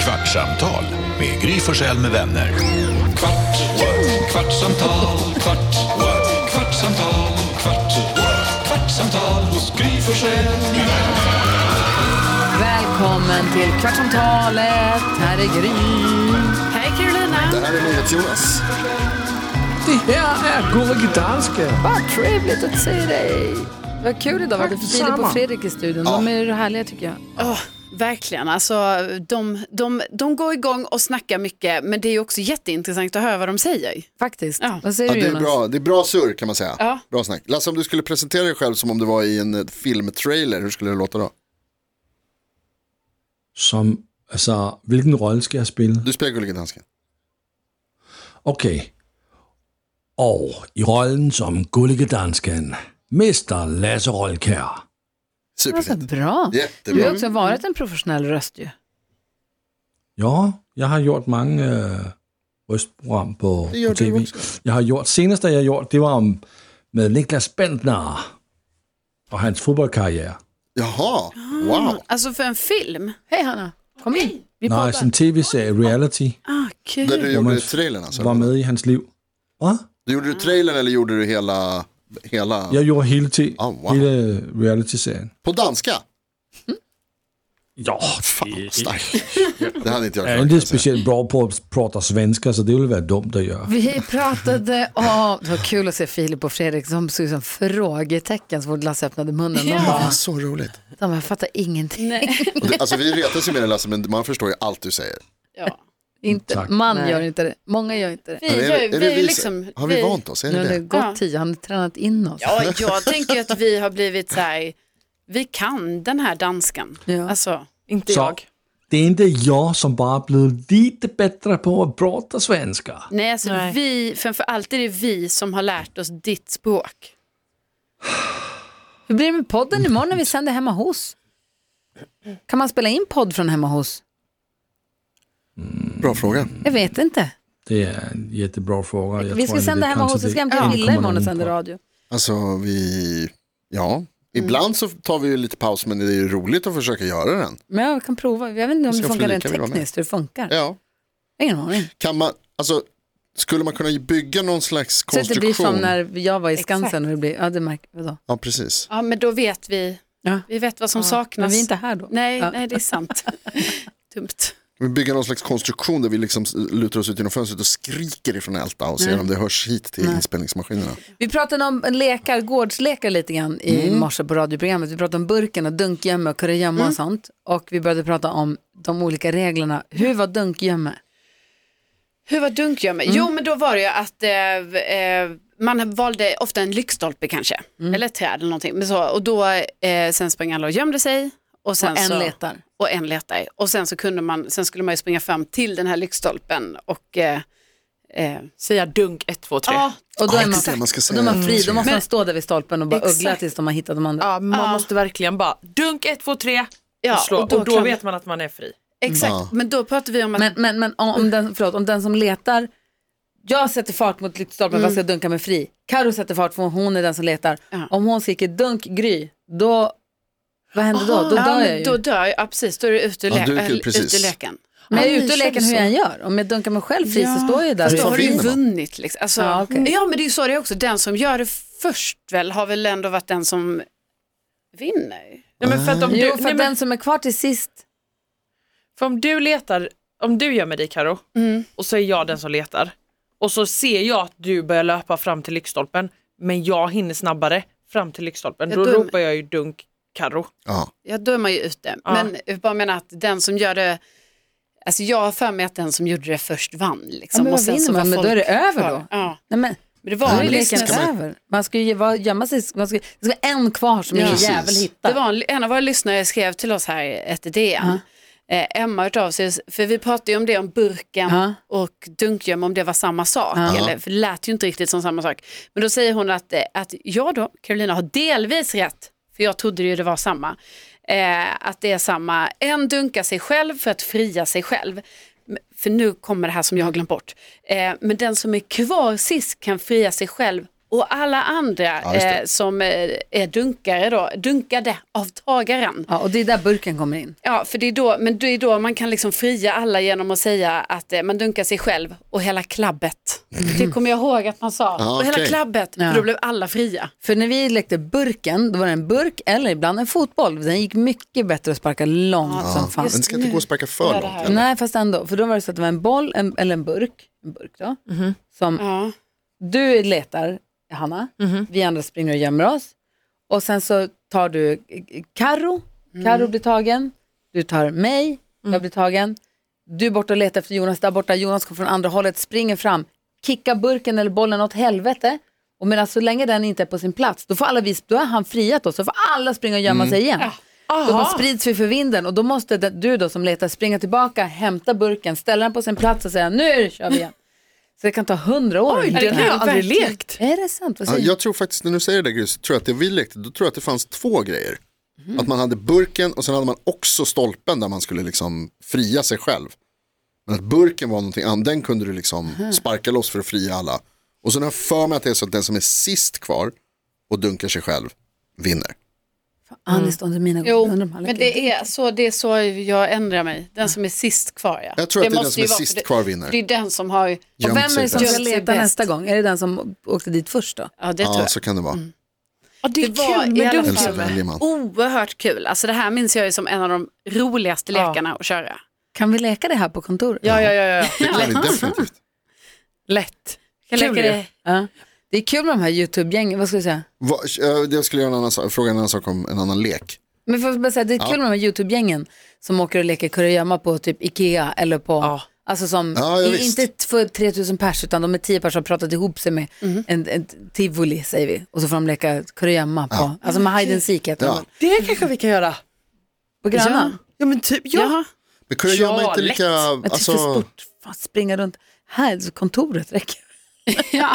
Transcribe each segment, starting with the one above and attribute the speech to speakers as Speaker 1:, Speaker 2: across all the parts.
Speaker 1: Kvartsamtal med Gry Forssell med vänner.
Speaker 2: Kvart, what? kvartsamtal, kvart, what? kvartsamtal, kvart, what? kvartsamtal hos Gry Forssell med vänner.
Speaker 3: Välkommen till Kvartsamtalet. Här är Gry.
Speaker 4: Hej Carolina!
Speaker 5: här är NyhetsJonas.
Speaker 6: Det här är Gullige Dansken.
Speaker 3: Vad trevligt att se dig. Vad kul idag. Var det för tidigt på
Speaker 6: detsamma.
Speaker 3: Fredrik i studion. De är ju härliga tycker jag.
Speaker 4: Åh, verkligen, alltså, de, de, de går igång och snackar mycket men det är ju också jätteintressant att höra vad de säger.
Speaker 3: Faktiskt.
Speaker 4: Ja.
Speaker 3: Vad säger
Speaker 5: Ja,
Speaker 3: du
Speaker 5: det, är
Speaker 3: Jonas?
Speaker 5: bra. det är bra surr kan man säga.
Speaker 4: Ja.
Speaker 5: Bra snack. Lasse, om du skulle presentera dig själv som om du var i en eh, filmtrailer, hur skulle det låta då?
Speaker 7: som, altså, hvilken rolle skal jeg spille?
Speaker 5: Du spelar Gullige Dansken.
Speaker 7: Okay. Og i rollen som gulligedansken, Mester Lasse Rolkær.
Speaker 3: Alltså,
Speaker 5: Superfint.
Speaker 3: bra. Du har
Speaker 5: Jättebra.
Speaker 3: också varit en professionell röst ju.
Speaker 7: Ja, jeg har gjort mange øh, røstprogram på,
Speaker 5: Det gjorde
Speaker 7: på
Speaker 5: du
Speaker 7: tv. Jeg har gjort, seneste jeg har gjort, det var om, med Niklas Bentner og hans fodboldkarriere.
Speaker 5: Jaha, wow.
Speaker 4: Alltså för en film?
Speaker 3: Hej Hanna. Kom in. Vi
Speaker 7: Nej,
Speaker 3: poddar.
Speaker 7: sådan en tv-serie, reality,
Speaker 4: Ah,
Speaker 5: Där
Speaker 4: kul.
Speaker 5: du
Speaker 7: man
Speaker 5: gjorde
Speaker 7: f-
Speaker 5: trailern alltså?
Speaker 7: var med i hans liv. Hvad?
Speaker 5: Du gjorde du trailern eller gjorde du hela? hela...
Speaker 7: Jeg gjorde hele, t-
Speaker 5: Åh, wow.
Speaker 7: hele øh, reality-serien.
Speaker 5: På danska?
Speaker 7: Mm. Jo,
Speaker 5: Fan, starkt. Det hade inte jag
Speaker 7: Jag
Speaker 5: klarat. alltså.
Speaker 7: är
Speaker 3: alltså.
Speaker 5: kan
Speaker 7: inte
Speaker 5: jag säga.
Speaker 7: speciellt bra på att prata svenska, så det ville vara dumt att göra.
Speaker 3: Vi pratade om, det var kul att se Filip och Fredrik som såg ut som frågetecken så fort Lasse öppnade munnen. De bara,
Speaker 5: Ja, så roligt.
Speaker 3: de bara, jag fattar ingenting.
Speaker 5: Och det, alltså, vi retas ju med det Lasse, men man förstår ju allt du säger.
Speaker 4: Ja.
Speaker 3: Inte,
Speaker 7: Tack.
Speaker 3: man gör inte det. Många gör inte det.
Speaker 4: Vi,
Speaker 5: Men är,
Speaker 4: gör-
Speaker 5: det- är
Speaker 4: vi
Speaker 5: det
Speaker 4: är
Speaker 5: vi,
Speaker 4: liksom,
Speaker 5: har vi
Speaker 4: vi-
Speaker 5: vant oss? Är
Speaker 3: Nu har
Speaker 5: det
Speaker 3: det
Speaker 5: det?
Speaker 3: gått
Speaker 4: Ja.
Speaker 3: tio, han har tränat in oss.
Speaker 4: Ja, jag tänker ju att vi har blivit så här, vi kan den här danskan.
Speaker 3: Ja.
Speaker 4: Alltså,
Speaker 8: Inte
Speaker 7: Så
Speaker 8: jag.
Speaker 7: det är inte jag som bara blivit lite bättre på att prata svenska.
Speaker 4: nej, alltså
Speaker 8: Nej.
Speaker 4: vi, framför allt är det vi som har lärt oss ditt språk.
Speaker 3: Hur blir det med podden imorgon när vi sänder hemma hos? Kan man spela in podd från hemma hos?
Speaker 5: Bra fråga.
Speaker 3: Jag vet inte.
Speaker 7: Det är en jättebra fråga. Jag
Speaker 3: vi
Speaker 7: tror
Speaker 3: ska
Speaker 7: inte
Speaker 3: sända
Speaker 7: det
Speaker 3: hemma
Speaker 7: kanske
Speaker 3: hos, vi ska
Speaker 7: det
Speaker 3: hämta Hille
Speaker 7: kommer
Speaker 3: imorgon och
Speaker 7: någon
Speaker 3: sända
Speaker 7: på.
Speaker 3: radio.
Speaker 5: Alltså vi, ja,
Speaker 3: Mm.
Speaker 5: ibland så tar vi ju lite paus men det är ju roligt att försöka göra den.
Speaker 3: Men jag kan prova, jag vet inte om
Speaker 5: Ska
Speaker 3: det funkar
Speaker 5: Fredrika
Speaker 3: rent
Speaker 5: vilja vara med?
Speaker 3: tekniskt, hur det funkar. Jag
Speaker 5: Ja,
Speaker 3: har Ingen aning.
Speaker 5: kan man, alltså skulle man kunna bygga någon slags
Speaker 3: Så att det blir
Speaker 5: konstruktion?
Speaker 3: som när jag var i Skansen och det blir, ja det märker vi då.
Speaker 5: Ja, precis.
Speaker 4: Ja, men då vet vi,
Speaker 3: Ja.
Speaker 4: vi vet vad som
Speaker 3: Men
Speaker 4: saknas.
Speaker 3: vi är inte här då.
Speaker 4: Nej,
Speaker 3: Ja.
Speaker 4: nej, det är sant. Dumt.
Speaker 5: Vi bygger någon slags konstruktion där vi liksom lutar oss ut genom fönstret och skriker ifrån Älta och ser
Speaker 3: Mm.
Speaker 5: om det hörs hit till inspelningsmaskinerna.
Speaker 3: Vi pratade om lekar, gårdslekar lite grann i
Speaker 4: Mm.
Speaker 3: morse på radioprogrammet. Vi pratade om burken och dunkgömma och kurragömma och sånt. Och vi började prata om de olika reglerna. Hur var dunkgömma?
Speaker 4: Hur var dunk jag med? Jo men då var det ju att eh, eh, man valde ofta en lyktstolpe kanske, eller ett träd eller någonting. Men så, och då, eh, sen sprang alla och gömde sig. Och, sen
Speaker 3: Och en
Speaker 4: så,
Speaker 3: letar.
Speaker 4: Och en letar. Och sen, så kunde man, sen skulle man ju springa fram till den här lyktstolpen och eh, eh,
Speaker 8: Säga dunk ett, två, tre.
Speaker 4: ja,
Speaker 3: Och då
Speaker 5: Ja,
Speaker 3: är man,
Speaker 5: det är det man ska
Speaker 3: och då är man
Speaker 5: säga.
Speaker 3: fri, då måste
Speaker 5: Men-
Speaker 3: man stå där vid stolpen och bara
Speaker 4: Exakt.
Speaker 3: uggla tills de har hittat de andra.
Speaker 8: Ja, man
Speaker 4: Ja.
Speaker 8: måste verkligen bara dunk ett, två, tre.
Speaker 4: Ja,
Speaker 8: och, slå.
Speaker 4: och
Speaker 8: och
Speaker 4: då
Speaker 8: då,
Speaker 4: kan-
Speaker 8: vet man att man är fri.
Speaker 4: exakt.
Speaker 5: Ja.
Speaker 4: Men då pratade vi om att
Speaker 3: Men, men, men om, den, förlåt, om den som letar, jag sätter fart mot lyktstolpen fast jag dunkar mig fri. Karo sätter fart för hon är den som letar.
Speaker 4: Mm. Ja.
Speaker 3: Om hon skriker dunk Gry, då, vad händer då? Då
Speaker 4: ja,
Speaker 3: dör
Speaker 4: men
Speaker 3: jag ju.
Speaker 4: då dör jag, ja, precis, då är du ute ur,
Speaker 5: Ja,
Speaker 4: le-
Speaker 5: du är ute,
Speaker 4: eller-
Speaker 5: precis.
Speaker 4: ute ur leken.
Speaker 3: men jag
Speaker 4: Ja,
Speaker 3: är ute
Speaker 4: ni
Speaker 3: och leker
Speaker 4: känner
Speaker 3: hur
Speaker 4: så.
Speaker 3: jag än gör. Om jag dunkar mig själv fri så
Speaker 4: Ja,
Speaker 3: står jag ju där.
Speaker 4: Fast då
Speaker 5: Så
Speaker 4: har du ju
Speaker 5: vinner man.
Speaker 4: vunnit. Liksom. Alltså,
Speaker 3: Ja,
Speaker 4: ja,
Speaker 3: okej.
Speaker 4: men det är ju så det är också. Den som gör det först väl har väl ändå varit den som vinner.
Speaker 8: Nej, men för att om du,
Speaker 3: Jo, för
Speaker 8: nej,
Speaker 3: att
Speaker 8: men,
Speaker 3: den som är kvar till sist,
Speaker 8: för om du letar, om du gömmer dig Karo och så är jag den som letar och så ser jag att du börjar löpa fram till lyktstolpen men jag hinner snabbare fram till lyktstolpen.
Speaker 4: Jag
Speaker 8: Då
Speaker 4: dum-
Speaker 8: ropar jag ju dunk Karo.
Speaker 5: Ja.
Speaker 4: Ja, då är man ju ute. Men jag bara menar att den som gör det, alltså jag har för mig att den som gjorde det först vann. Liksom.
Speaker 3: Ja, men vad
Speaker 4: sen
Speaker 3: vinner
Speaker 4: så var
Speaker 3: man? Men då
Speaker 4: folk
Speaker 3: är det över
Speaker 4: kvar.
Speaker 3: då?
Speaker 4: Ja,
Speaker 3: nej men,
Speaker 4: men det
Speaker 3: då
Speaker 4: var
Speaker 3: är
Speaker 4: ju
Speaker 5: men
Speaker 3: leken
Speaker 4: liksom,
Speaker 5: ska man-
Speaker 3: över. Man ska ju ge- vara- gömma sig, man ska, det ska vara en kvar som ingen
Speaker 5: Precis.
Speaker 3: jävel hittar.
Speaker 4: det var en, en av våra lyssnare skrev till oss här ett DN. Eh, Emma utav sig, för vi pratade ju om det om burken
Speaker 3: Ja.
Speaker 4: och dunkgömma om det var samma sak. Eller, för det lät ju inte riktigt som samma sak. Men då säger hon att, eh, att jag då, Carolina, har delvis rätt. För jag trodde ju det var samma. Eh, att det är samma, en dunkar sig själv för att fria sig själv. M- För nu kommer det här som jag har glömt bort. Eh, men den som är kvar sist kan fria sig själv och Och alla andra
Speaker 5: Ja, just det.
Speaker 4: eh, som eh, är dunkare då, dunkade av tagaren.
Speaker 3: Ja, och det är där burken kommer in.
Speaker 4: Ja, för det är då, men det är då man kan liksom fria alla genom att säga att eh, man dunkar sig själv och hela klabbet. Det kommer jag ihåg att man sa.
Speaker 5: Ja,
Speaker 4: och hela
Speaker 5: okej.
Speaker 4: klabbet,
Speaker 3: Ja.
Speaker 4: för då blev alla fria.
Speaker 3: För när vi lekte burken, då var det en burk eller ibland en fotboll. Den gick mycket bättre att sparka långt som fan.
Speaker 5: Men det ska inte gå att sparka för långt. heller.
Speaker 3: Nej, fast ändå. För då var det så att det var en boll en, eller en burk, en burk då, som
Speaker 4: Ja.
Speaker 3: du letar, Hanna, vi andra springer och gömmer oss. Och sen så tar du eh, eh, Karo, Karo blir tagen, du tar mig, jag blir tagen. Du är borta och letar efter Jonas där borta, Jonas kommer från andra hållet, springer fram, kickar burken eller bollen åt helvete. Och medan så länge den inte är på sin plats, då får alla vis, då har han friat oss, så får alla springa och gömma sig igen. Då bara sprids vi för vinden och då måste det- du då som letar springa tillbaka, hämta burken, ställa den på sin plats och säga nu kör vi igen. Så det kan ta hundra år.
Speaker 8: Oj,
Speaker 3: att
Speaker 8: den
Speaker 3: hitta
Speaker 8: har jag aldrig lekt.
Speaker 3: är det sant? Vad
Speaker 5: Ja,
Speaker 3: säger
Speaker 5: jag tror faktiskt, när du säger det där Gry, så tror jag att det vi lekte, då tror jag att det fanns två grejer. Att man hade burken och sen hade man också stolpen där man skulle liksom fria sig själv. Men att burken var någonting annat, den kunde du liksom sparka loss för att fria alla. Och sen har jag för mig att det är så att den som är sist kvar och dunkar sig själv vinner. Mm.
Speaker 3: Anis Don Demina?
Speaker 4: Jo,
Speaker 3: undrar om han
Speaker 4: men
Speaker 3: leker.
Speaker 4: det är, så, det är så jag ändrar mig. Den som är sist kvar. Ja.
Speaker 5: Jag tror att det är den
Speaker 4: måste
Speaker 5: som
Speaker 4: ju
Speaker 5: är
Speaker 4: vara,
Speaker 5: sist
Speaker 4: för det-
Speaker 5: kvar
Speaker 4: för
Speaker 5: vinner.
Speaker 4: Det är den som har,
Speaker 5: Gömt
Speaker 3: Och vem är
Speaker 5: sig
Speaker 3: det som ska
Speaker 5: bäst.
Speaker 4: Gömt sig
Speaker 3: leta
Speaker 4: bäst.
Speaker 3: nästa gång? Är det den som åkte dit först då?
Speaker 4: ja det tror
Speaker 5: Ja,
Speaker 4: jag.
Speaker 5: så kan det vara.
Speaker 8: Ja, det är
Speaker 4: Det var
Speaker 8: kul
Speaker 4: i
Speaker 8: med
Speaker 4: alla
Speaker 5: Eller så
Speaker 8: dunkar.
Speaker 4: fall-
Speaker 5: väljer man.
Speaker 4: Oerhört kul, alltså det här minns jag ju som en av de roligaste
Speaker 8: Ja.
Speaker 4: lekarna att köra.
Speaker 3: Kan vi leka det här på kontoret?
Speaker 8: Ja, ja, ja, ja.
Speaker 5: Det kan det definitivt.
Speaker 8: Lätt.
Speaker 4: Jag
Speaker 8: Kul
Speaker 4: leker
Speaker 8: ju.
Speaker 4: det.
Speaker 3: Ja. Det är kul med de här YouTube-gängen, vad ska jag säga?
Speaker 5: Va, eh, jag skulle göra en annan, sak- fråga en annan sak om en annan lek.
Speaker 3: Men för att bara säga, det är kul med de här YouTube-gängen som åker och leker kurragömma på typ Ikea eller på,
Speaker 8: Ja.
Speaker 3: alltså som,
Speaker 5: Ja, ja,
Speaker 3: i-
Speaker 5: visst.
Speaker 3: inte t- för 3000 pers utan de är 10 personer som har pratat ihop sig med en, en tivoli säger vi och så får de leka kurragömma på, alltså med hide and seek heter
Speaker 5: Ja.
Speaker 3: ja.
Speaker 8: Det kanske vi kan göra.
Speaker 3: På Grönan.
Speaker 8: Ja, men typ. Ja.
Speaker 4: Jaha.
Speaker 5: Men kunde jag inte
Speaker 8: lätt.
Speaker 5: lika...
Speaker 3: Men alltså...
Speaker 5: Alltså,
Speaker 3: stort, fan, springa runt, här så kontoret räcker.
Speaker 4: Ja,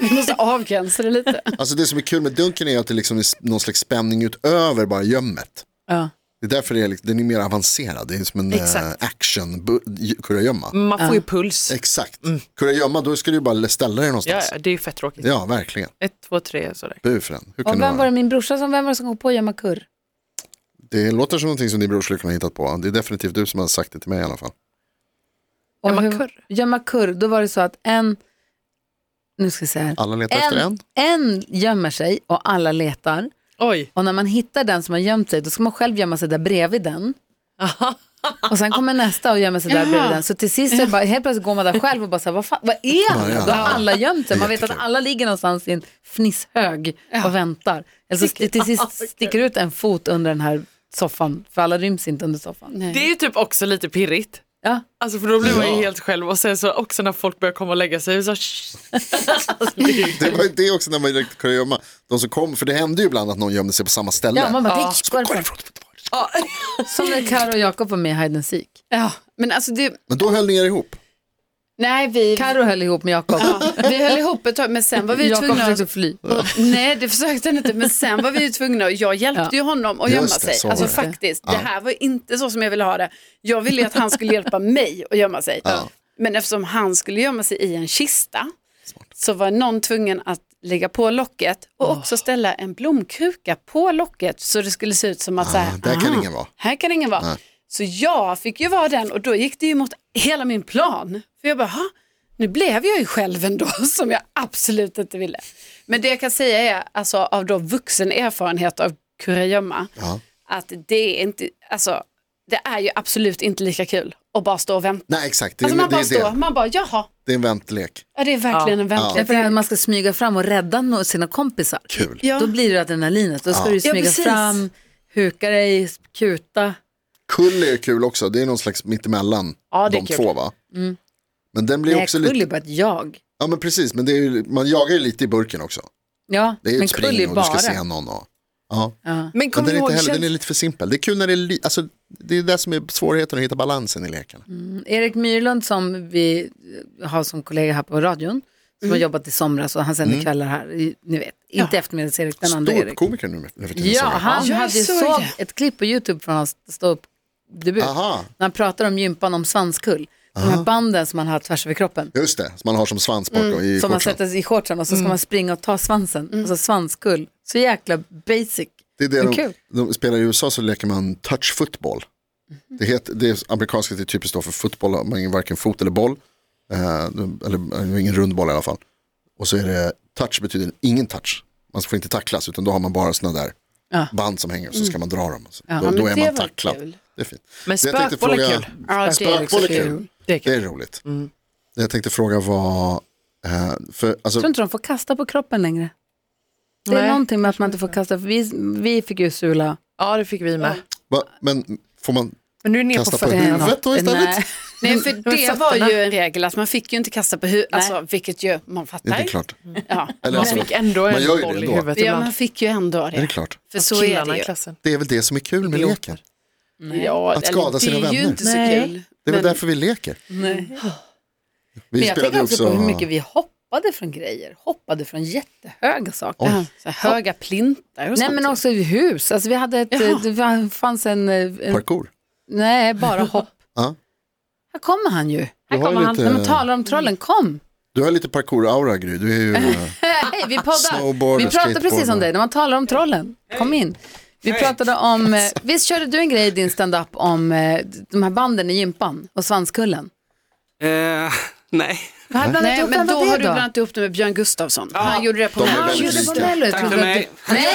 Speaker 4: vi måste avgränsa det lite.
Speaker 5: Alltså det som är kul med dunken är att det liksom är någon slags spänning utöver bara gömmet.
Speaker 3: Ja.
Speaker 5: Det är därför det är, liksom- den är mer avancerad. Det är som en eh, action bu- kurragömma.
Speaker 8: Man får ju puls.
Speaker 5: Exakt. Kurragömma, då ska du ju bara ställa dig
Speaker 8: Ja,
Speaker 5: någonstans.
Speaker 8: ja,
Speaker 5: Ja,
Speaker 8: det är ju fett tråkigt.
Speaker 5: verkligen.
Speaker 8: Ett, två, tre sådär.
Speaker 5: Bu för den. Hur kan
Speaker 3: Och
Speaker 5: det,
Speaker 3: vem
Speaker 5: vara?
Speaker 3: var det,
Speaker 5: det?
Speaker 3: min brorsa som, vem var det som kom på att gömma kurr?
Speaker 5: låter som någonting som din bror skulle kunna ha hittat på. Det är definitivt du som har sagt det till mig i alla fall.
Speaker 3: Och
Speaker 8: Gömma
Speaker 3: hur-
Speaker 8: kurr.
Speaker 3: Gömma kurr, då var det så att en, nu ska jag säga här.
Speaker 5: Alla letar efter en.
Speaker 3: en gömmer sig och alla letar.
Speaker 8: Oj.
Speaker 3: Och när man hittar den som har gömt sig, då ska man själv gömma sig där bredvid den. Och sen kommer nästa och gömmer sig där bredvid den. Så till sist är det bara, helt plötsligt går man där själv och bara så här, vad, fan, vad är han?
Speaker 5: Ja, ja.
Speaker 3: Då har alla gömt sig. Man vet att
Speaker 5: Jättekul.
Speaker 3: alla ligger någonstans i en fnisshög och väntar. Eller så till sist sticker ut en fot under den här soffan, för alla ryms inte under soffan.
Speaker 8: Det är ju typ också lite pirrigt.
Speaker 3: Ja.
Speaker 8: Alltså för då blir man ju
Speaker 5: Ja.
Speaker 8: helt själv och sen så också när folk börjar komma och lägga sig så "Shh."
Speaker 5: Det var ju det också när man lekte kurragömma. De som kom, för det hände ju ibland att någon gömde sig på samma ställe.
Speaker 3: Ja, man bara, ja. Som när Karo och Jakob var med i Hide and Seek.
Speaker 4: Ja, men alltså det,
Speaker 5: Men då höll ni er ihop.
Speaker 4: nej vi,
Speaker 3: Karo höll ihop med Jakob.
Speaker 4: ja, vi höll ihop ett tag, men sen var vi ju
Speaker 3: Jakob
Speaker 4: tvungna
Speaker 3: försökte
Speaker 4: att,
Speaker 3: fly.
Speaker 4: nej det försökte han inte, men sen var vi ju tvungna och jag hjälpte ju honom att
Speaker 5: Just
Speaker 4: gömma
Speaker 5: det,
Speaker 4: sig.
Speaker 5: så var
Speaker 4: alltså
Speaker 5: det.
Speaker 4: faktiskt, det här var inte så som jag ville ha det. Jag ville ju att han skulle hjälpa mig att gömma sig. Men eftersom han skulle gömma sig i en kista så var någon tvungen att lägga på locket och också ställa en blomkruka på locket så det skulle se ut som att så här,
Speaker 5: Ah, där kan
Speaker 4: aha,
Speaker 5: ingen vara.
Speaker 4: Här kan ingen vara. Så jag fick ju vara den och då gick det ju emot hela min plan. För jag bara, "Ha, nu blev jag ju själv ändå som jag absolut inte ville. Men det jag kan säga är, alltså av då vuxen erfarenhet av kurragömma,
Speaker 5: Ja.
Speaker 4: att det är inte, alltså det är ju absolut inte lika kul att bara stå och vänta.
Speaker 5: Nej, exakt. Det, är-
Speaker 4: Alltså man
Speaker 5: det,
Speaker 4: bara
Speaker 5: är
Speaker 4: står,
Speaker 5: det.
Speaker 4: man bara jaha,
Speaker 5: det är en väntlek.
Speaker 4: ja, det är verkligen en
Speaker 5: Ja.
Speaker 4: väntan.
Speaker 3: Därför att man ska smyga fram och rädda no- sina kompisar.
Speaker 5: Kul.
Speaker 4: Ja.
Speaker 3: Då blir det adrenalinet. Då ska du
Speaker 4: Ja,
Speaker 3: smyga
Speaker 4: precis.
Speaker 3: fram, huka dig, kuta.
Speaker 5: Kull är kul också, det är någon slags mittemellan
Speaker 8: Ja, det är
Speaker 5: de
Speaker 8: kul.
Speaker 5: två va? Men den blir
Speaker 3: Mm. Nej,
Speaker 5: också
Speaker 3: kull är
Speaker 5: lite,
Speaker 3: bara ett jag.
Speaker 5: ja men precis, men det är ju, man jagar ju lite i burken också.
Speaker 3: Ja,
Speaker 5: Det är ju
Speaker 3: men
Speaker 5: ett
Speaker 3: kull är
Speaker 5: spring och du ska se
Speaker 3: bara.
Speaker 5: någon och, ja.
Speaker 8: Men
Speaker 5: Men
Speaker 8: kom
Speaker 5: den är
Speaker 8: ihåg,
Speaker 5: inte heller,
Speaker 8: käns-
Speaker 5: den är lite för simpel. Det är kul när det är, li- alltså det är det som är svårigheten att hitta balansen i lekarna.
Speaker 3: Mm. Erik Myrlund som vi eh, har som kollega här på radion, som har jobbat i somras och han sänder
Speaker 5: Mm.
Speaker 3: kvällar här, i- ni vet. Inte eftermiddags-Erik, den andra
Speaker 5: Stor
Speaker 3: Erik.
Speaker 5: komiker nu nu för tiden.
Speaker 3: Ja,
Speaker 5: sa jag.
Speaker 3: han
Speaker 4: Ja,
Speaker 3: hade ju
Speaker 4: så är
Speaker 3: såg
Speaker 4: det.
Speaker 3: ett klipp på YouTube från hans ståuppdebut.
Speaker 5: Aha.
Speaker 3: När han pratar om gympan om svanskull. de här banden som man har tvärs över kroppen.
Speaker 5: Just det, som man har som svans bakom i
Speaker 3: Mm, Som man
Speaker 5: shortsen.
Speaker 3: sätter i shortsen och så ska man springa och ta svansen. Alltså svanskull. Så jäkla basic.
Speaker 5: Det är det
Speaker 3: Men
Speaker 5: de,
Speaker 3: kul.
Speaker 5: de spelar i USA så leker man touch football.
Speaker 3: Mhm.
Speaker 5: Det, heter, det är amerikanska det är typiskt då för fotboll, man har varken fot eller boll. Eh, eller eh, ingen rund boll i alla fall. Och så är det, touch betyder ingen touch. Man får inte tacklas utan då har man bara sådana där
Speaker 3: Ja. Mm.
Speaker 5: band som hänger och så ska man dra dem. Så,
Speaker 3: Ja,
Speaker 5: då, då
Speaker 3: men
Speaker 5: är
Speaker 3: det
Speaker 5: man
Speaker 3: var
Speaker 5: tacklad.
Speaker 3: kul.
Speaker 5: Det är fint.
Speaker 8: Men
Speaker 5: Det jag tänkte
Speaker 8: spökboll är
Speaker 5: fråga-
Speaker 8: kul.
Speaker 4: Ja, det är
Speaker 5: Spökboll är
Speaker 4: också
Speaker 5: kul.
Speaker 4: kul.
Speaker 8: Det är kul.
Speaker 5: Det är roligt.
Speaker 3: Mm.
Speaker 5: Det jag tänkte fråga var, eh, för, alltså,
Speaker 3: Jag tror inte de får kasta på kroppen längre. Det är
Speaker 8: Nej.
Speaker 3: någonting med att man inte får kasta. För vi, vi fick ju sula.
Speaker 8: Ja, det fick vi med.
Speaker 5: va, men får man
Speaker 8: Men nu är ni ner
Speaker 5: kasta
Speaker 8: på
Speaker 5: på
Speaker 8: fötterna.
Speaker 5: huvudet då istället?
Speaker 3: eh, Nej.
Speaker 4: Nej, för det var ju en regel att man fick ju inte kasta på huvudet, alltså, vilket ju man
Speaker 5: Det är
Speaker 4: fattar.
Speaker 5: inte klart.
Speaker 4: Ja.
Speaker 5: Eller,
Speaker 8: Man
Speaker 5: alltså,
Speaker 8: fick ändå
Speaker 5: man
Speaker 8: en
Speaker 5: gör ju
Speaker 8: boll
Speaker 5: det
Speaker 8: i
Speaker 5: ändå.
Speaker 8: huvudet
Speaker 4: ja,
Speaker 8: ibland.
Speaker 4: man fick ju ändå
Speaker 5: det är
Speaker 4: det.
Speaker 5: klart.
Speaker 4: För så är
Speaker 8: Killarna
Speaker 4: det
Speaker 8: i
Speaker 4: ju.
Speaker 8: klassen.
Speaker 5: Det är väl det som är kul med leken.
Speaker 8: Ja,
Speaker 5: Att skada
Speaker 4: Eller,
Speaker 5: sina
Speaker 4: Det är ju
Speaker 5: vänner.
Speaker 4: inte så
Speaker 3: Nej.
Speaker 4: kul.
Speaker 5: Det är väl
Speaker 4: Men-
Speaker 5: därför vi leker.
Speaker 3: Nej. Men
Speaker 5: Vi
Speaker 3: jag tänker
Speaker 5: spelade ju
Speaker 3: också
Speaker 5: också...
Speaker 3: på hur mycket vi hoppade från grejer. Hoppade från jättehöga saker.
Speaker 4: Ja, så här höga plintar och
Speaker 3: Nej
Speaker 4: sånt.
Speaker 3: men också i hus. Alltså, vi hade ett,
Speaker 4: Jaha.
Speaker 3: det var- fanns en, eh, en
Speaker 5: Parkour.
Speaker 3: nej bara hopp.
Speaker 5: Ja.
Speaker 3: Här kommer han ju.
Speaker 5: Du
Speaker 3: Här kommer
Speaker 5: har,
Speaker 3: han. När man
Speaker 5: lite,
Speaker 3: talar om trollen, kom.
Speaker 5: du har lite parkour-aura Gry. Du är ju... eh,
Speaker 3: Hej, vi poddar.
Speaker 5: Snowboard,
Speaker 3: vi pratar precis om
Speaker 5: skateboard.
Speaker 3: dig, när man talar om trollen. Kom in. Vi pratade om, eh, visst körde du en grej i din stand-up om eh, de här banden i gympan och svanskullen?
Speaker 9: Eh, nej.
Speaker 3: Vad hade blandat
Speaker 4: Nej,
Speaker 3: ihop
Speaker 4: men
Speaker 3: vad
Speaker 4: då
Speaker 3: var
Speaker 4: har
Speaker 3: det
Speaker 4: du blandat ihop det med Björn Gustafsson. Han gjorde det på
Speaker 5: de är
Speaker 3: Ah,
Speaker 5: väldigt
Speaker 4: Mello.
Speaker 3: gjorde Bonello,
Speaker 5: lika.
Speaker 3: jag
Speaker 9: Tack
Speaker 3: trodde
Speaker 9: för
Speaker 3: att
Speaker 9: mig.
Speaker 3: du- Nej,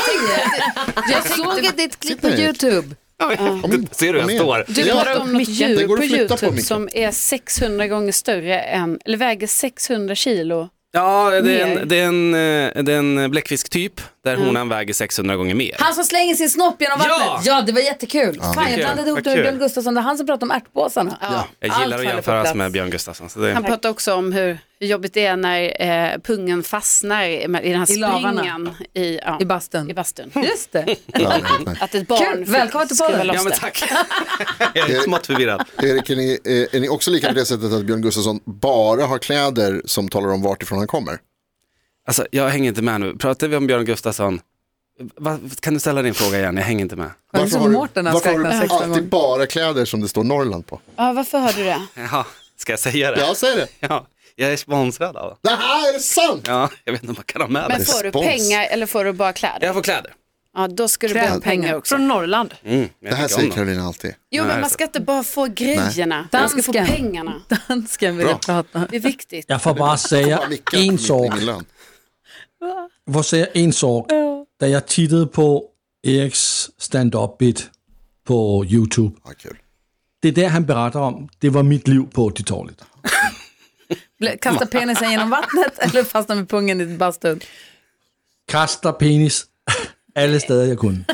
Speaker 3: jag såg ett ditt klipp på
Speaker 5: Titta, Erik.
Speaker 3: YouTube.
Speaker 9: Oj, det- Ser du, jag
Speaker 5: med.
Speaker 9: står.
Speaker 4: Du
Speaker 5: Ja,
Speaker 4: pratade om något
Speaker 5: Den
Speaker 4: djur
Speaker 5: går
Speaker 4: på
Speaker 5: att flytta på,
Speaker 4: YouTube
Speaker 5: Micke.
Speaker 4: som är 600 gånger större än, eller väger 600 kilo.
Speaker 9: Ja, det är
Speaker 4: Mer.
Speaker 9: en, det är en, eh, det är en bläckfisktyp där honan väger 600 gånger mer.
Speaker 3: Mm. Han som slänger sin snopp genom
Speaker 9: Ja!
Speaker 3: vattnet. Ja, det var jättekul. Fan, jag
Speaker 9: Kul.
Speaker 3: blandade ihop
Speaker 9: Vad
Speaker 3: det med
Speaker 9: kul.
Speaker 3: Björn Gustafsson, det var han som pratade om ärtpåsarna.
Speaker 9: Jag
Speaker 3: Allt
Speaker 9: gillar att
Speaker 3: faller på
Speaker 9: jämföras
Speaker 3: plats.
Speaker 9: med Björn Gustafsson. Så det,
Speaker 4: Han pratade också om hur, hur jobbigt det är när eh, pungen fastnar i i den här
Speaker 3: I lavarna.
Speaker 4: springan i, ja,
Speaker 3: I bastun.
Speaker 4: i bastun.
Speaker 3: Just det.
Speaker 5: ja, nej, nej.
Speaker 4: Att ett barn
Speaker 3: Kul.
Speaker 4: fick
Speaker 3: Välkommen till
Speaker 4: skruva
Speaker 3: podden.
Speaker 4: loss
Speaker 9: ja, men
Speaker 4: det.
Speaker 9: tack. jag är smått förvirrad.
Speaker 5: Erik, är ni, eh, är ni också lika på det sättet att Björn Gustafsson bara har kläder som talar om vart ifrån han kommer?
Speaker 9: Alltså, jag hänger inte med nu. Pratar vi om Björn Gustafsson? Va, kan du ställa din fråga igen? Jag hänger inte med.
Speaker 3: Var det
Speaker 5: Varför
Speaker 3: som
Speaker 5: har
Speaker 3: Mårten
Speaker 5: du,
Speaker 3: när han
Speaker 5: varför
Speaker 3: ska
Speaker 5: har
Speaker 3: räkna
Speaker 5: du
Speaker 3: 16 gånger?
Speaker 5: alltid bara kläder som det står Norrland på?
Speaker 4: Ja, varför har du det?
Speaker 9: Jaha, ska jag säga det?
Speaker 5: Ja, säg det.
Speaker 9: Ja, jag är sponsrad av
Speaker 5: Det här är sant!
Speaker 9: Ja, jag vet inte om man kan ha med
Speaker 4: Men
Speaker 9: det.
Speaker 4: får du
Speaker 5: respons.
Speaker 4: pengar eller får du bara kläder?
Speaker 9: Jag får kläder.
Speaker 4: Ja, då ska du behöva pengar också.
Speaker 8: Från Norrland.
Speaker 9: Mm, jag
Speaker 5: Det här
Speaker 9: tycker om
Speaker 5: säger
Speaker 9: dem.
Speaker 5: Karolina alltid.
Speaker 4: Jo, men man ska inte bara få grejerna. Man ska få
Speaker 3: Dansken.
Speaker 4: pengarna.
Speaker 3: Dansken vill jag prata.
Speaker 4: Det är viktigt.
Speaker 7: Jag får bara säga
Speaker 5: Bara nicka
Speaker 7: en
Speaker 5: mitt i
Speaker 7: sak.
Speaker 5: min lön.
Speaker 7: Jag får säga en sak. Da jag tittade på Eriks stand-up-bit på YouTube,
Speaker 5: Ja, kul.
Speaker 7: det där han berättar om, det var mitt liv på 80-talet.
Speaker 3: Ble- Kasta
Speaker 9: Mm.
Speaker 3: penisen genom vattnet eller fastna med pungen i bastun?
Speaker 7: Kasta penis alla steder jag kunde.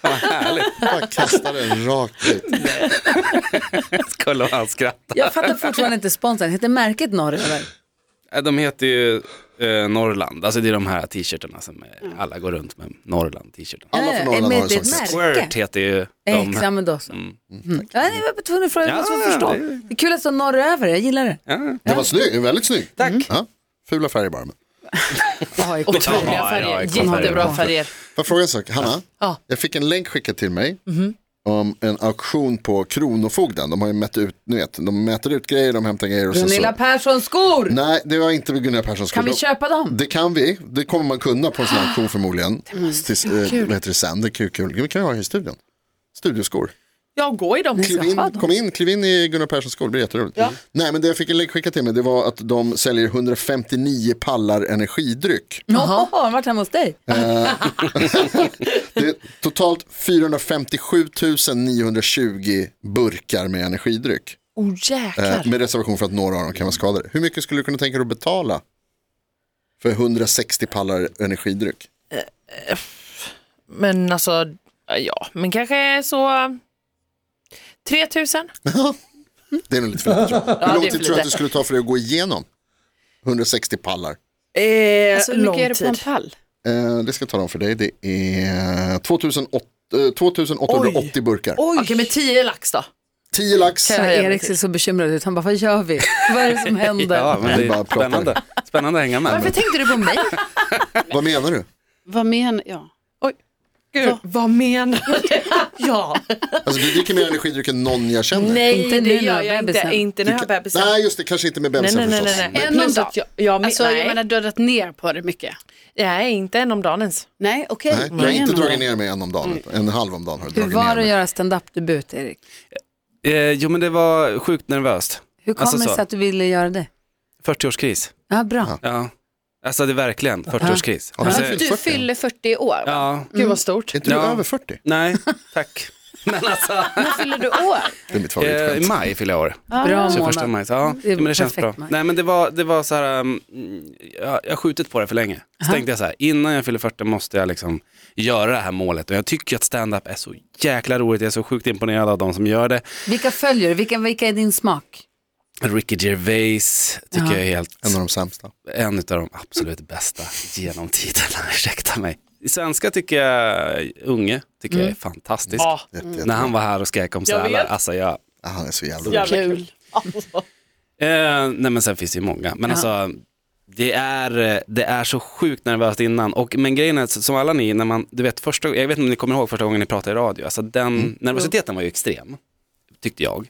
Speaker 9: Vad härligt.
Speaker 5: Bara kasta den rakt ut.
Speaker 9: Kolla vad han skrattar.
Speaker 3: Jag fattar fortfarande inte sponsorn. Heter märket norröver?
Speaker 9: Ja, De heter ju eh, Norrland, alltså det är de här t-shirtarna som eh,
Speaker 5: Mm.
Speaker 9: alla går runt med, Norrland t-shirtarna.
Speaker 5: Alla
Speaker 3: Eh,
Speaker 5: från Norrland
Speaker 3: men
Speaker 5: har
Speaker 3: det
Speaker 5: en
Speaker 3: är
Speaker 5: sån
Speaker 3: ett
Speaker 5: sak.
Speaker 3: märke.
Speaker 9: Squirt heter ju
Speaker 5: Eh,
Speaker 9: de.
Speaker 3: Exakt, men då så. Mm. Ja, nej, jag var tvungen att fråga, jag
Speaker 9: Ja,
Speaker 3: måste få förstå.
Speaker 9: det-
Speaker 3: Det är kul att stå norröver, jag gillar det.
Speaker 9: Ja.
Speaker 5: Den var snygg, väldigt snygg. Mm.
Speaker 9: Tack.
Speaker 5: Ja, fula färger bara. Men.
Speaker 3: Ja, jag-
Speaker 9: Ja,
Speaker 4: Otroliga
Speaker 9: ja,
Speaker 4: färger.
Speaker 9: jag kollar.
Speaker 4: Jättebra färger.
Speaker 5: Får jag fråga en sak? Hanna, jag fick en länk skickad till mig
Speaker 3: Mhm.
Speaker 5: om en auktion på Kronofogden. De har ju mätt ut, ni vet, de mäter ut grejer, de hämtar grejer och sen
Speaker 3: Gunilla
Speaker 5: så.
Speaker 3: Persson skor!
Speaker 5: Nej, det var inte Gunilla Perssons
Speaker 3: Kan vi
Speaker 5: skor.
Speaker 3: köpa Ah! dem?
Speaker 5: Det kan vi, det kommer man kunna på en sån här auktion förmodligen. Tills, eh, vad heter det sen? Det är kul, kul. Vi kan ju ha i studion. Studioskor.
Speaker 8: Jag går i dem.
Speaker 5: Kliv in, kom in, kliv in i Gunnar Perssons skor, det blir jätteroligt. Nej, men det jag fick en länk skickad till mig, det var att de säljer 159 pallar energidryck.
Speaker 3: Jaha, har varit hemma hos dig?
Speaker 5: Det är totalt 457 920 burkar med energidryck.
Speaker 8: Oh,
Speaker 5: Eh,
Speaker 8: jäklar.
Speaker 5: med reservation för att några av dem kan vara skadade. Hur mycket skulle du kunna tänka dig att betala för 160 pallar energidryck?
Speaker 8: Men alltså, ja, men kanske så... 3000?
Speaker 5: Det är nog lite för lite. tror jag. Hur
Speaker 8: det
Speaker 5: lång
Speaker 8: är
Speaker 5: tid
Speaker 8: för
Speaker 5: tror du att
Speaker 8: lite.
Speaker 5: det skulle ta för dig att gå igenom 160 pallar?
Speaker 8: Eh,
Speaker 4: Alltså, hur mycket är det på en pall?
Speaker 5: Eh, det ska jag tala om för dig. Det är 2800, eh, 2880 burkar.
Speaker 8: Oj. Okej, men 10 lax då.
Speaker 5: 10 lax.
Speaker 3: Ja,
Speaker 8: jag göra
Speaker 3: Erik ser så bekymrad ut, han bara, vad gör vi? Vad är det som händer?
Speaker 9: Ja, men det
Speaker 5: Bara
Speaker 9: är
Speaker 5: plockar.
Speaker 9: spännande. spännande att hänga med.
Speaker 3: Varför tänkte du på mig?
Speaker 5: Vad menar du?
Speaker 4: Vad menar jag?
Speaker 8: Gud, vad menar du? ja.
Speaker 5: Alltså du dricker mer energidryck än någon jag känner.
Speaker 8: Nej,
Speaker 3: Inte nu
Speaker 8: det gör
Speaker 3: när
Speaker 8: jag
Speaker 3: bebisen-
Speaker 8: inte. Inte när
Speaker 5: Du
Speaker 8: jag har
Speaker 5: kan-
Speaker 8: bebisen.
Speaker 5: Nej, just det, kanske inte med
Speaker 8: Nej,
Speaker 5: bebisen
Speaker 8: nej, nej,
Speaker 5: förstås.
Speaker 8: nej, nej.
Speaker 5: Men-
Speaker 4: En om
Speaker 8: Plus
Speaker 4: dagen.
Speaker 8: att jag- jag-
Speaker 4: alltså jag
Speaker 8: nej.
Speaker 4: menar du har dragit ner på det mycket.
Speaker 8: Nej, inte en om dagen ens.
Speaker 4: Nej, okej.
Speaker 5: Nej, jag har
Speaker 4: Ingen
Speaker 5: inte
Speaker 4: har
Speaker 5: dragit
Speaker 4: det.
Speaker 5: ner mig en om dagen, en halv om dagen har jag
Speaker 3: Hur
Speaker 5: dragit
Speaker 3: var
Speaker 5: ner
Speaker 3: det att
Speaker 5: mig.
Speaker 3: göra stand-up-debut, Erik?
Speaker 9: Eh, jo men det var sjukt nervöst.
Speaker 3: Hur kommer
Speaker 9: Alltså
Speaker 3: det
Speaker 9: så.
Speaker 3: sig att du ville göra det?
Speaker 9: 40-årskris.
Speaker 3: Ja, bra.
Speaker 9: Ja. Alltså det är verkligen 40-årskris.
Speaker 5: Har du
Speaker 9: Alltså,
Speaker 5: fyllt
Speaker 4: Du
Speaker 5: 40?
Speaker 4: fyller 40 i år. va?
Speaker 9: ja,
Speaker 8: Gud vad stort.
Speaker 5: Är inte du
Speaker 9: Ja.
Speaker 5: över 40?
Speaker 9: nej, tack. Men alltså,
Speaker 4: När fyller du år?
Speaker 5: Det är mitt
Speaker 9: eh, i
Speaker 5: favoritskämt.
Speaker 9: maj fyller jag år.
Speaker 3: Bra
Speaker 9: Så första
Speaker 3: månad.
Speaker 9: maj. så- Ja,
Speaker 3: Det är
Speaker 9: men det känns bra.
Speaker 3: perfekt maj.
Speaker 9: Nej men det var, det var så här, um, jag, jag har skjutit på det för länge. Så tänkte jag så här, innan jag fyller 40 måste jag liksom göra det här målet. Och jag tycker att stand-up är så jäkla roligt, jag är så sjukt imponerad av de som gör det.
Speaker 3: Vilka följer du? Vilka, vilka är din smak?
Speaker 9: Ricky Gervais tycker
Speaker 3: Ja.
Speaker 9: jag är helt,
Speaker 5: En av de sämsta.
Speaker 9: en av de absolut bästa genom tiderna, ursäkta mig. I svenska tycker jag, Unge tycker jag är fantastisk.
Speaker 8: Ja,
Speaker 5: Jätte, jätte.
Speaker 9: När han var här och skrek om sälar,
Speaker 8: vet.
Speaker 9: alltså jag...
Speaker 5: Ah, han är så jävla rolig.
Speaker 8: jävla kul. Alltså,
Speaker 9: Eh, nej men sen finns det ju många. Men alltså, det är, eh, det är så sjukt nervöst innan. Och, men grejen är, att som alla ni, när man, du vet, första, jag vet inte om ni kommer ihåg första gången ni pratade i radio, alltså den
Speaker 4: Mm.
Speaker 9: nervositeten var ju extrem, tyckte jag.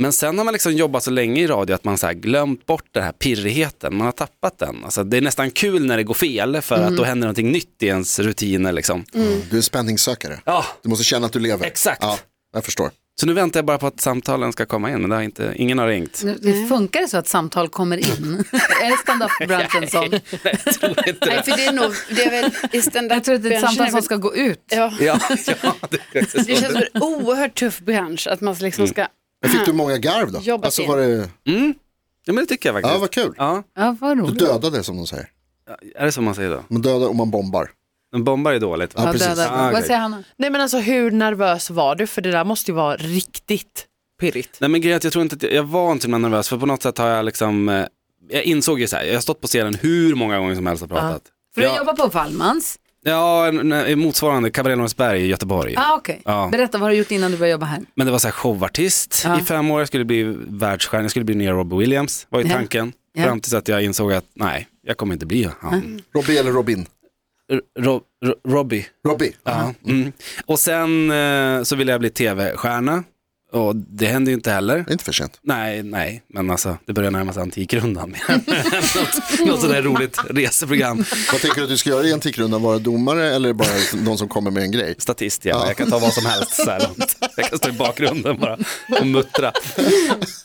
Speaker 9: Men sen har man liksom jobbat så länge i radio att man så här glömt bort den här pirrigheten, man har tappat den. Alltså, det är nästan kul när det går fel för
Speaker 4: Mm.
Speaker 9: att då händer någonting nytt i ens rutiner. Liksom.
Speaker 5: Du är en spänningssökare.
Speaker 9: Ja,
Speaker 5: Du måste känna att du lever.
Speaker 9: Exakt.
Speaker 5: Ja, jag förstår.
Speaker 9: så nu väntar jag bara på att samtalen ska komma in, men det har inte, ingen har ringt.
Speaker 3: Nu- Det funkar det så att samtal kommer in? är det stand-up-branschen som...
Speaker 9: Jag tror inte
Speaker 4: Nej,
Speaker 9: det.
Speaker 4: för det är nog, det är väl i stand
Speaker 3: Jag tror att det är ett samtal som ska gå ut.
Speaker 4: Ja,
Speaker 9: Ja, ja, det, är så.
Speaker 4: det känns som en oerhört tuff bransch att man liksom
Speaker 3: Mm.
Speaker 4: ska...
Speaker 5: Men fick du många garv då?
Speaker 4: Jobbat
Speaker 5: alltså
Speaker 4: in.
Speaker 5: var det,
Speaker 9: Ja men det tycker jag faktiskt.
Speaker 5: ja vad kul.
Speaker 9: Ja,
Speaker 3: Ja, vad
Speaker 5: Du
Speaker 3: roligt.
Speaker 5: dödade som de säger.
Speaker 9: är det så man säger då?
Speaker 5: Man dödar och man bombar.
Speaker 9: En bombar är dåligt va?
Speaker 5: Ja,
Speaker 3: Ja,
Speaker 5: precis.
Speaker 3: döda.
Speaker 9: Ah,
Speaker 3: Vad
Speaker 9: okej.
Speaker 3: säger Hanna?
Speaker 8: Nej men alltså hur nervös var du? För det där måste ju vara riktigt pirrigt.
Speaker 9: Nej men grejen är att jag tror inte att jag, jag var inte så himla nervös för på något sätt har jag liksom, eh, jag insåg ju så här, jag har stått på scenen hur många gånger som helst och pratat.
Speaker 3: För du
Speaker 9: Ja.
Speaker 3: jobbar på Wallmans.
Speaker 9: Ja, en, en motsvarande Cabaret Norrensberg i Göteborg.
Speaker 3: Ah, okej.
Speaker 9: Ja.
Speaker 3: Berätta, vad har du gjort innan du började jobba här?
Speaker 9: Men det var så här showartist
Speaker 3: Ja.
Speaker 9: i fem år, jag skulle bli världsstjärna, jag skulle bli nya Robbie Williams, var ju
Speaker 3: Ja.
Speaker 9: tanken.
Speaker 3: Ja. Mm.
Speaker 9: Fram tills att jag insåg att nej, jag kommer inte bli han.
Speaker 5: Robbie eller Robin?
Speaker 9: R- Ro, Ro, Robbie.
Speaker 5: Robbie.
Speaker 9: Ja. Mm. Och sen eh, så ville jag bli tv-stjärna och det hände ju inte heller.
Speaker 5: Det är inte för sent.
Speaker 9: Nej, nej, men alltså det börjar närma sig Antikrundan. något, något sådär roligt reseprogram.
Speaker 5: Vad tänker du att du ska göra i Antikrundan? Vara domare eller bara någon som kommer med en grej?
Speaker 9: Statist, ja. Jag kan ta vad som helst så här långt. Jag kan stå i bakgrunden bara och muttra.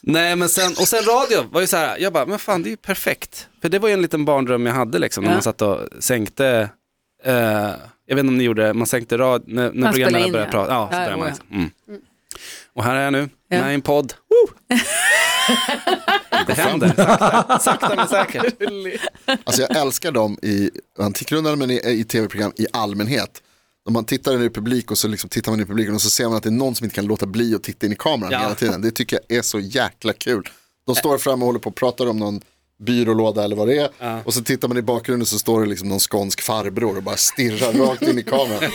Speaker 9: Nej, men sen, och sen radio var ju så här, jag bara, men fan det är ju perfekt. För det var ju en liten barndröm jag hade liksom, när
Speaker 3: Ja.
Speaker 9: man satt och sänkte, eh, jag vet inte om ni gjorde det, man sänkte radio, när, när
Speaker 3: Man spelar
Speaker 9: programmet
Speaker 3: in,
Speaker 9: började
Speaker 3: ja.
Speaker 9: prata. Ja, så
Speaker 3: Ja,
Speaker 9: började man
Speaker 3: ja.
Speaker 9: liksom. mm. Och här är jag nu,
Speaker 3: Ja.
Speaker 9: med i en podd. Woo! Det händer, sakta, sakta men säkert.
Speaker 5: Alltså jag älskar dem i Antikrundan men i, i tv-program i allmänhet. När man tittar in i publik och så liksom tittar man i publiken och så ser man att det är någon som inte kan låta bli att titta in i kameran
Speaker 9: Ja.
Speaker 5: hela tiden. Det tycker jag är så jäkla kul. De står fram och håller på och pratar om någon byrålåda eller vad det är. Och så tittar man i bakgrunden så står det liksom någon skånsk farbror och bara stirrar rakt in i kameran.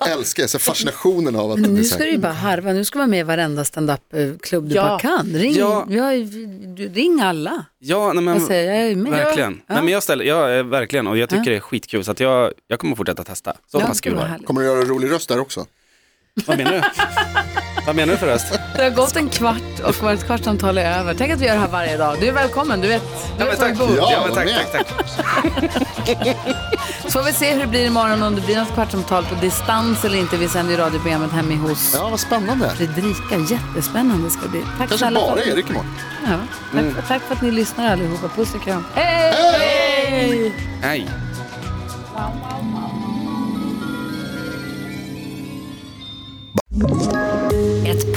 Speaker 5: Jag älskar det, så fascinationen av att det blir
Speaker 3: Nu
Speaker 5: så
Speaker 3: ska du
Speaker 5: här.
Speaker 3: ju bara
Speaker 9: Mm.
Speaker 3: harva, nu ska du vara med i varenda standup-klubb du
Speaker 8: Ja.
Speaker 3: bara kan. Ring,
Speaker 9: Ja.
Speaker 3: vi har ju- du- ring alla.
Speaker 9: Ja, nej, men,
Speaker 3: Jag säger, jag är med.
Speaker 9: Verkligen.
Speaker 3: Ja.
Speaker 9: Nej, men jag ställer, jag, är verkligen, och jag tycker det är skitkul, så att jag, jag kommer fortsätta testa. Så
Speaker 3: Ja,
Speaker 9: pass
Speaker 3: det
Speaker 9: kul
Speaker 3: var
Speaker 9: var det.
Speaker 3: härligt.
Speaker 5: Kommer du göra en rolig röst där också?
Speaker 9: Vad menar du? Vad menar du för röst?
Speaker 3: Det har gått en kvart och vårt kvartsamtal är över. Tänk att vi gör det här varje dag. Du är välkommen, du vet. Du
Speaker 9: Ja, men
Speaker 3: vet var
Speaker 9: tack.
Speaker 3: du bor.
Speaker 5: Ja,
Speaker 9: Ja, men
Speaker 5: var
Speaker 9: tack,
Speaker 5: med.
Speaker 9: tack, tack.
Speaker 3: Så får vi se hur det blir imorgon, om det blir något kvartsamtal på distans eller inte. Vi sänder ju radioprogrammet hemma hos
Speaker 5: Ja, vad spännande.
Speaker 3: Fredrika. Jättespännande ska det bli. Tack
Speaker 5: Kanske
Speaker 3: snälla
Speaker 5: bara Mm.
Speaker 3: för,
Speaker 5: Erik imorgon.
Speaker 3: ja, tack, tack för att ni lyssnar allihopa. Puss och kram. Hej!
Speaker 9: Hej.
Speaker 10: Ett